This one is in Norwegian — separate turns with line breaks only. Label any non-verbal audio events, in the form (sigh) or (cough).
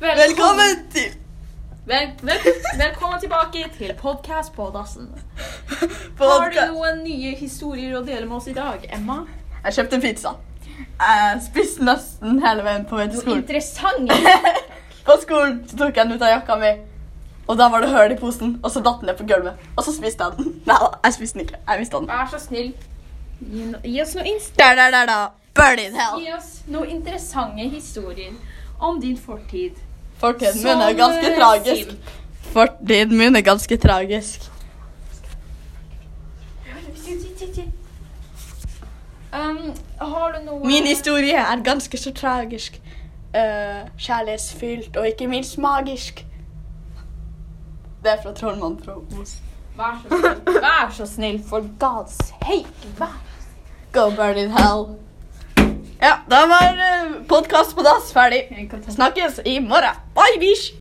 Velkommen
(laughs)
til
Vel, vel, velkommen tilbake til podcast på dassen. Har du
podkast.
noen nye historier å dele med oss i dag, Emma?
Jeg kjøpte en pizza. Jeg spiste nesten hele veien på vei til
Noe
skolen.
interessant?
(laughs) På skolen så tok jeg den ut av jakka mi, og da var det høl i posen. Og så datt den ned på gulvet, og så spiste jeg den. (laughs) Nei da, jeg spiste den ikke. Jeg mista den.
Vær så snill, gi, no, gi oss noe inst-
Der, der, der, da. Burn in hell.
Gi oss noen interessante historier om din fortid.
Fortiden
Som,
min er ganske
eh,
tragisk.
Siv.
Fortiden min er ganske tragisk.
Um, har du noe
Min historie er ganske så tragisk. eh, kjærlighetsfylt og ikke minst magisk. Det er fra Trollmann fra Os.
Vær så snill, vær så snill for gods sake. Vær.
Go burn in hell. Ja, da var podkast på dass ferdig.
Jeg kan ta-
Snakkes i morgen. Bye, bish!